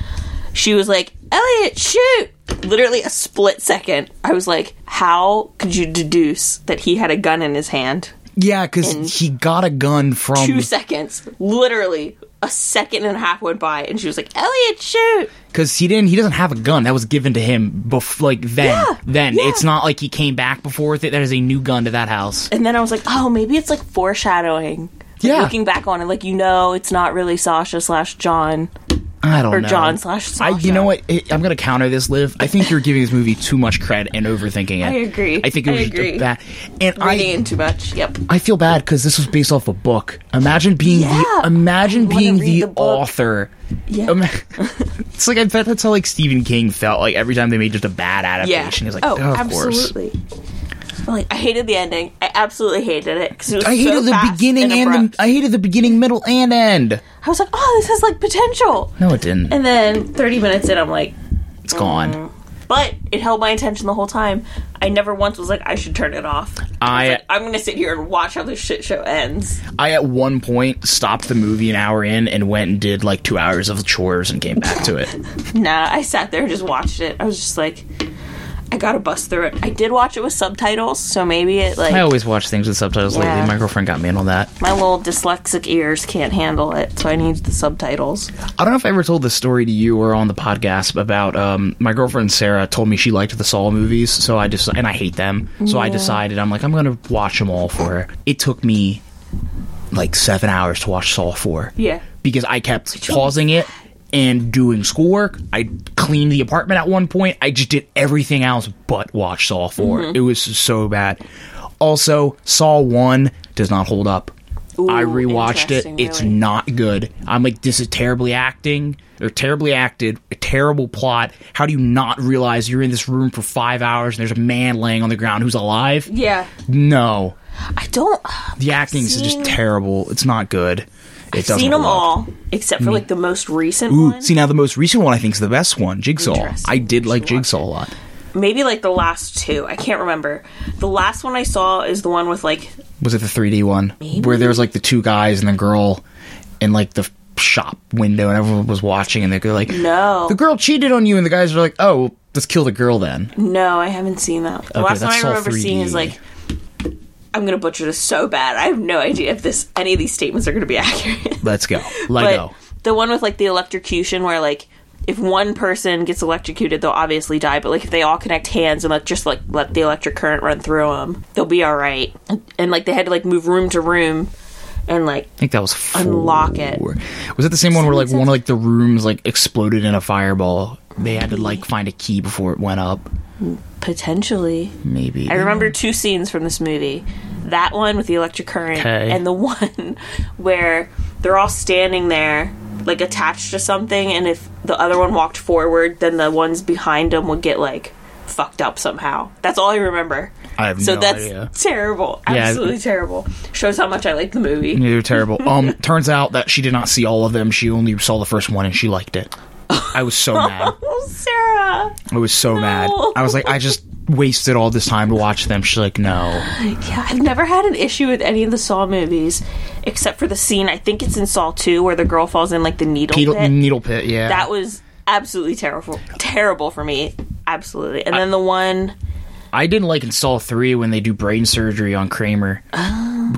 She was like, Elliot, shoot! Literally a split second. I was like, how could you deduce that he had a gun in his hand?
Yeah, because he got a gun from
two seconds, literally a second and a half went by, and she was like, "Elliot, shoot!"
because he didn't. He doesn't have a gun that was given to him. Bef- like then,
Yeah,
then
yeah.
it's not like he came back before with it. That is a new gun to that house.
And then I was like, "Oh, maybe it's like foreshadowing." Like,
Yeah.
Looking back on it, like you know, it's not really Sasha slash John
I don't
or
know.
John slash
I,
Sasha.
you know what? I- I'm gonna counter this, Liv. I think you're giving this movie too much cred and overthinking it.
I agree.
I think it
I
was
agree.
bad. And
Reading
I,
in too much. Yep.
I feel bad because this was based off a book. Imagine being
Yeah.
the imagine
I wanna
being
read
the,
the book.
author.
Yeah.
Ima- it's like I bet that's how like Stephen King felt like every time they made just a bad adaptation. He's like,
oh,
oh, of course.
absolutely. Like I hated the ending. I absolutely hated it because it was
I hated
so
the
fast
beginning and,
abrupt.
the, I hated the beginning, middle, and end.
I was like, oh, this has like potential.
No, it didn't.
And then 30 minutes in, I'm like,
it's gone.
but it held my attention the whole time. I never once was like, I should turn it off. I,
I-
was like, I'm gonna sit here and watch how this shit show ends.
I at one point stopped the movie an hour in and went and did like two hours of chores and came back to it.
Nah, I sat there and just watched it. I was just like, I gotta bust through it. I did watch it with subtitles, so maybe it like
I always watch things with subtitles
Yeah.
lately. My girlfriend got me in on that.
my little dyslexic ears can't handle it, so I need the subtitles.
I don't know if I ever told this story to you or on the podcast about um, my girlfriend Sarah told me she liked the Saw movies, so I just and I hate them, so I decided I'm like I'm gonna watch them all for her. It took me like seven hours to watch Saw four.
Yeah.
because I kept pausing it and doing schoolwork. I cleaned the apartment at one point. I just did everything else but watch Saw 4.
Mm-hmm.
It was so bad. Also, Saw 1 does not hold up. I rewatched it.
interesting,
It's
really.
not good. I'm like, this is terribly acting or terribly acted, a terrible plot. How do you not realize you're in this room for five hours and there's a man laying on the ground who's alive?
Yeah,
No.
I don't.
The acting is just
seen-
terrible. It's not good. It doesn't
Seen them
hold up.
all except for like the most recent
Ooh,
one.
see now the most recent one I think is the best one, Jigsaw.
Interesting.
I did like
Should watch
Jigsaw a lot.
maybe like the last two. I can't remember. The last one I saw is the one with like
Was it the 3D one where there was like the two guys and the girl in like the shop window and everyone was watching and they're like,
no,
the girl cheated on you," and the guys are like, "Oh, well, let's kill the girl then."
no, I haven't seen that. The
Okay,
last one I
that's all
remember seeing is
3D.
like. I'm gonna butcher this so bad. I have no idea if this any of these statements are gonna be accurate.
Let's go,
but
Lego.
the one with like the electrocution, where like if one person gets electrocuted, they'll obviously die. But like if they all connect hands and like just like let the electric current run through them, they'll be all right. And, and like they had to like move room to room, and like
I think that was four.
Unlock it.
Was it the same one where like one of like the rooms like exploded in a fireball? They had to like find a key before it went up.
potentially
Maybe
I remember two scenes from this movie. That one with the electric current,
Okay.
and the one where they're all standing there, like attached to something, and if the other one walked forward, then the ones behind them would get like fucked up somehow. That's all I remember.
I have
so
no
that's
idea.
terrible.
Yeah.
Absolutely terrible. Shows how much I like the movie.
Yeah, They're terrible. Um, turns out that she did not see all of them. She only saw the first one, and she liked it. I was so mad.
Oh, Sarah.
I was so mad. I was like, I just wasted all this time to watch them. She's like, no.
Yeah, I've never had an issue with any of the Saw movies except for the scene, I think it's in Saw 2, where the girl falls in like the needle
Needle
pit.
needle pit. Yeah.
that was absolutely terrible terrible for me absolutely and then the one
I didn't like in Saw three when they do brain surgery on Kramer.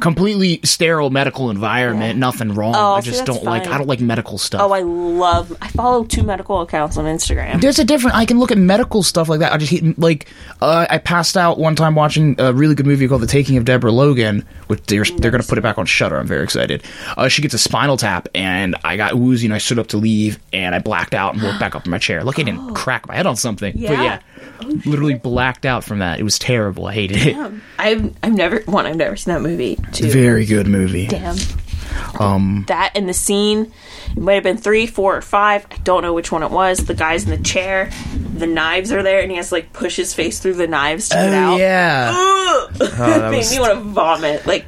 Completely sterile medical environment. Nothing wrong.
Oh,
I
see,
just
that's
don't like.
fine.
I don't like medical stuff.
oh i love i follow two medical accounts on instagram
there's a different. I can look at medical stuff like that. I just hit, like uh, I passed out one time watching a really good movie called The Taking of Deborah Logan, which they're they're gonna put it back on Shutter. I'm very excited. Uh, she gets a spinal tap, and I got woozy, and I stood up to leave, and I blacked out and woke back up in my chair. Look, I didn't crack my head on something,
Yeah. Oh,
but yeah, literally blacked out from that. It was terrible. I hated it.
i've i've never one i've never seen that movie two
Very good movie.
damn um that and the scene it might have been three four or five i don't know which one it was the guy's in the chair the knives are there and he has to like push his face through the knives to get
Oh
out
yeah. Oh,
Ugh! that made me want to vomit like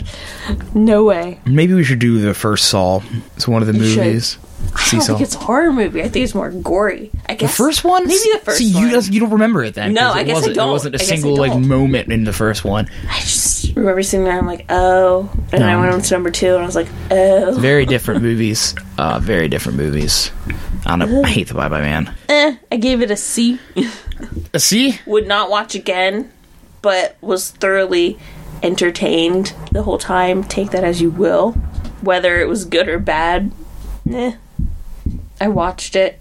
no way
Maybe we should do the first Saw. It's one of the
should.
movies.
I don't
Seesaw.
think it's a horror movie. I think it's more gory. I guess
The first one?
maybe the first
See,
one.
you just you don't remember it then.
No,
'cause
I
it
guess I
wasn't,
don't.
There wasn't a
I guess I
single like
don't.
moment in the first one.
I just remember sitting there. I'm like, oh, and I
No.
went on to number two, and I was like, oh,
Very different movies. Uh, very different movies. I don't know. I hate the Bye Bye Man.
eh, I gave it a C.
Uh, see,
Would not watch again, but was thoroughly entertained the whole time. Take that as you will, whether it was good or bad. eh. I watched it.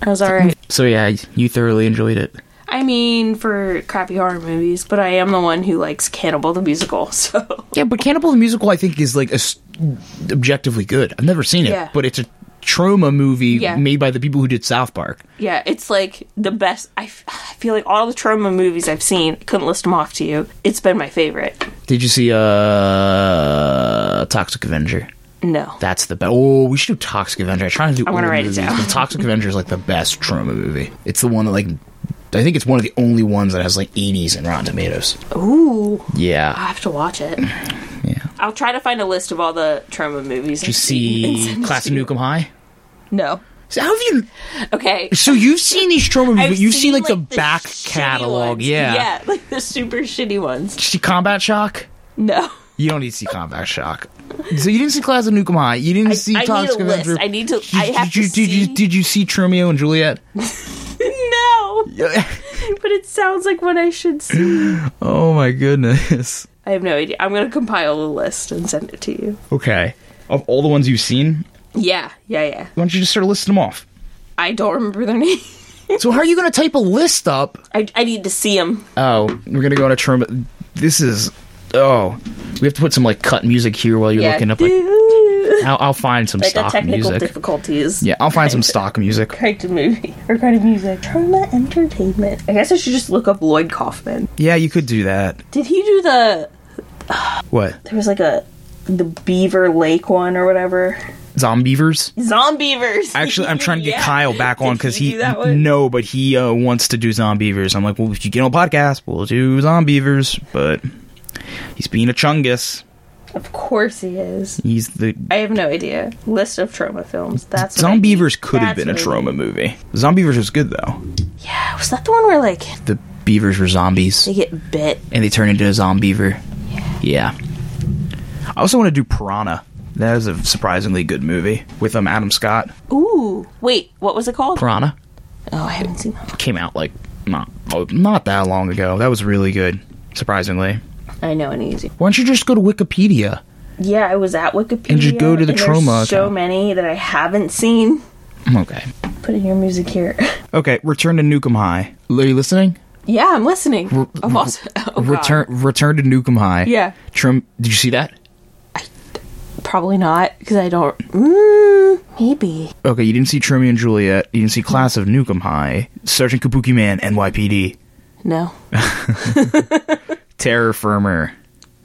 I was alright.
So yeah, you thoroughly enjoyed it.
I mean, for crappy horror movies, but I am the one who likes Cannibal the Musical, so.
Yeah, but Cannibal the Musical, I think, is like a s objectively good. I've never seen it,
Yeah.
but it's a trauma movie
Yeah.
made by the people who did South Park.
Yeah, it's like the best. I, f- I feel like all the trauma movies I've seen, I couldn't list them off to you. It's been my favorite.
Did you see uh Toxic Avenger?
No.
That's the best. Oh, we should do Toxic Avenger. I'm trying to do.
I wanna
old
write it
movies,
down.
but Toxic Avenger is like the best trauma movie. It's the one that like. I think it's one of the only ones that has like 80s in Rotten Tomatoes.
Ooh. I
Yeah.
have to watch it.
Yeah.
I'll try to find a list of all the trauma movies.
Did you see Class of Nukem High?
No.
So how have you?
Okay.
So you've seen these trauma movies,
I've
but you've seen, like, the, back
shitty
catalog,
ones.
yeah.
Yeah, like the super shitty ones.
Did you see Combat Shock?
No.
You don't need to see Combat Shock. So you didn't see Class of Nukem High. You didn't see
I need a
Toxic
list.
Avenger.
I need to-
Did,
I have
did you,
to
did you
see-
did you see Tromeo and Juliet?
No. But it sounds like what I should see.
oh my goodness.
I have no idea. I'm going to compile a list and send it to you.
Okay. Of all the ones you've seen,
Yeah, yeah, yeah.
why don't you just start listing them off?
I don't remember their name.
so how are you going to type a list up?
I, I need to see them.
Oh, we're going to go on a term. This is. Oh, we have to put some like cut music here while you're looking up. Like, I'll, I'll find some
like the
stock
technical
music.
difficulties.
yeah, I'll find some stock music.
Kind of movie or kind of music. Trauma entertainment. I guess I should just look up Lloyd Kaufman.
Yeah, you could do that.
Did he do the?
What?
There was like a the Beaver Lake one or whatever.
Zombievers?
Zombievers.
Actually, I'm trying to get
Yeah.
Kyle back on
Did
because he
do that one?
no, but he uh, wants to do Zombievers. I'm like, well, if you get on a podcast, we'll do Zombievers. But he's being a chungus.
Of course he is.
He's the
I have no idea. List of trauma films. That's what I need.
Zombievers could have
That's
been a
what I
trauma movie. Zombievers was good though.
need. Was that the one where like
The beavers were zombies
they get bit?
and they turn into a zombiever. Yeah. I also want to do Piranha. That is a surprisingly good movie with um Adam Scott.
Ooh. Wait. What was it called?
Piranha
oh, I haven't seen that.
came out like not oh, not that long ago. That was really good, surprisingly.
I know an easy.
Why don't you just go to Wikipedia?
Yeah, I was at Wikipedia.
And just go to the
and there's
trauma
So
account.
many that I haven't seen. Mm,
Okay.
Put in your music here.
Okay, return to Nukem High. Are you listening?
yeah, I'm listening. I'm also. Oh, God.
Return return to Nukem High.
Yeah.
Trim did you see that?
Probably not because I don't. Mm, maybe.
Okay, you didn't see Tromeo and Juliet. You didn't see Class of Nukem High. Sergeant Kabuki Man, NYPD.
No.
Terror Firmer.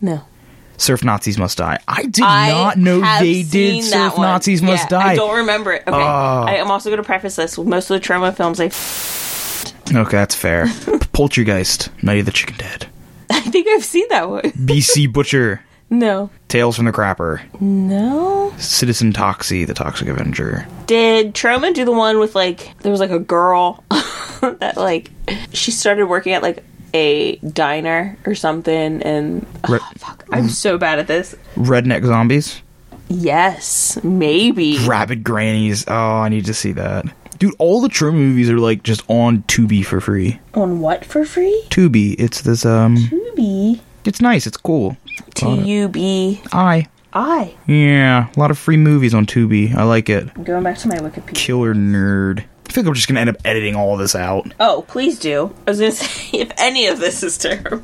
No.
Surf Nazis Must Die. I did
I
not know
have
they did
seen that
Surf
one.
Nazis
Yeah,
Must Die. Ah.
I don't remember it. Okay. I am also going to preface this. with Most of the trauma films I.
Okay, that's fair. Poltergeist, Night of the Chicken Dead.
I think I've seen that one.
BC Butcher,
No.
Tales from the Crapper,
No.
Citizen Toxie, The Toxic Avenger.
Did Trauma do the one with like there was like a girl that like she started working at like a diner or something and
Re-
oh, fuck I'm so bad at this.
Redneck Zombies,
Yes, maybe.
Rabid Grannies. Oh, I need to see that. Dude, all the Trim movies are like just on Tubi for free.
On what for free?
Tubi, it's this um
Tubi.
it's nice, it's cool.
T U B
I
I.
Yeah, a lot of free movies on Tubi. I like it.
I'm going back to my Wikipedia.
Killer nerd. I think I'm just gonna end up editing all this out.
Oh, please do. I was gonna say if any of this is terrible,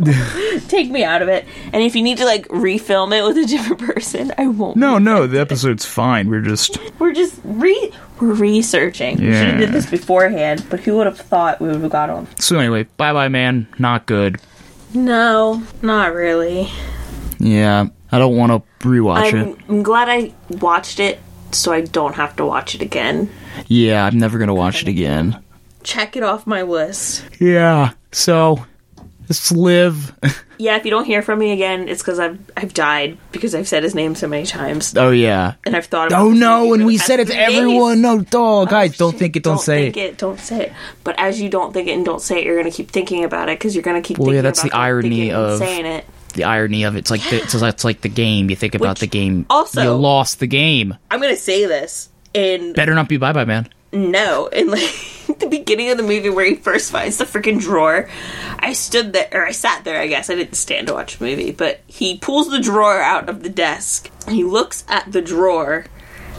take me out of it. And if you need to like refilm it with a different person, I won't.
No, no, the episode's fine. We're just
We're just re we're researching. We should
Yeah.
have did this beforehand, but who would have thought we would have got on?
so anyway. Bye, bye, man. Not good.
No, not really.
Yeah, I don't want to rewatch
I'm, I'm glad I watched it, so I don't have to watch it again.
it. Yeah, I'm never gonna watch it again.
Check it off my list.
Yeah. So, just live.
Yeah, if you don't hear from me again, it's because I've I've died because I've said his name so many times,
oh yeah.
and I've thought. About
Oh
this
no,
movie
and
for
we
the past
said it to
three days.
everyone. No, dog, guys, don't think it, don't,
Don't
say
think it. Don't say it. But as you don't think it and don't say it, you're gonna keep thinking about it because you're gonna keep.
Well, yeah,
thinking
that's
about
the
it and thinking
irony
and
of-
saying it.
The irony of it's like the, it's, it's like the game. You think about
Which
the game.
also-
you lost the game.
I'm gonna say this in
Better not be bye, bye, man.
no in like the beginning of the movie where he first finds the freaking drawer. I stood there or I sat there. I guess I didn't stand to watch the movie, but he pulls the drawer out of the desk. He looks at the drawer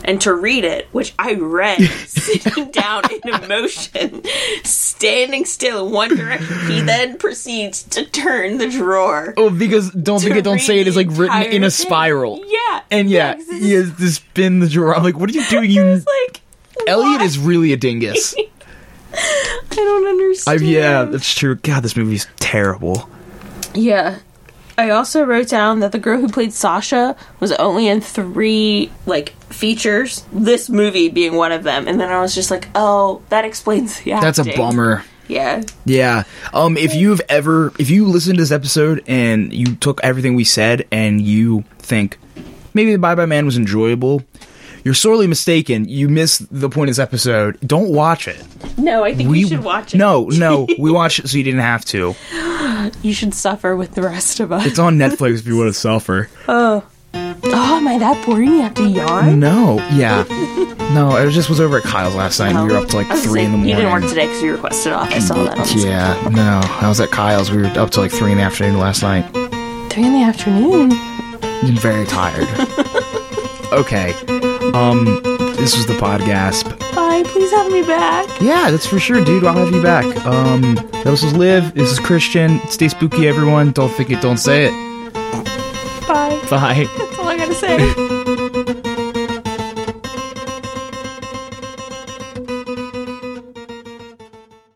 and to read it, which I read sitting down in emotion, standing still in one direction, he then proceeds to turn the drawer.
Oh, because don't
to
think it, don't
read
say it is
the
like written
entire
in a
thing.
spiral.
Yeah,
And yeah,
because
he has to spin the drawer. I'm like, what are you doing?
I
You
was like,
Elliot
why?
is really a dingus.
I don't
I,
understand.
yeah, that's true. God, this movie's terrible.
Yeah. I also wrote down that the girl who played Sasha was only in three like features, this movie being one of them. And then I was just like, "Oh, that explains the
That's a
acting.
bummer.
Yeah.
Yeah. Um if you've ever if you listened to this episode and you took everything we said and you think maybe the Bye Bye Man was enjoyable, you're sorely mistaken. You missed the point of this episode. Don't watch it.
No, I think you should watch it.
No, no. we watched it so you didn't have to.
you should suffer with the rest of us.
It's on Netflix if you want to suffer.
oh, am I that boring? You have to yarn.
No. Yeah. No, I just was over at Kyle's last night. We were Mm, up to like
Oh. I was gonna
three in the
say,
morning. Mm,
You didn't work today because you requested off. I saw that. On the
Yeah, no. I was at Kyle's. We were up to like three in the afternoon last night.
Three in the afternoon.
I'm very tired. okay. Um, this was the podcast.
Bye. Please have me back.
Yeah, that's for sure, dude. I'll have you back. Um, this is Liv. This is Christian. Stay spooky, everyone. Don't think it, don't say it.
Bye.
Bye.
That's all I gotta say.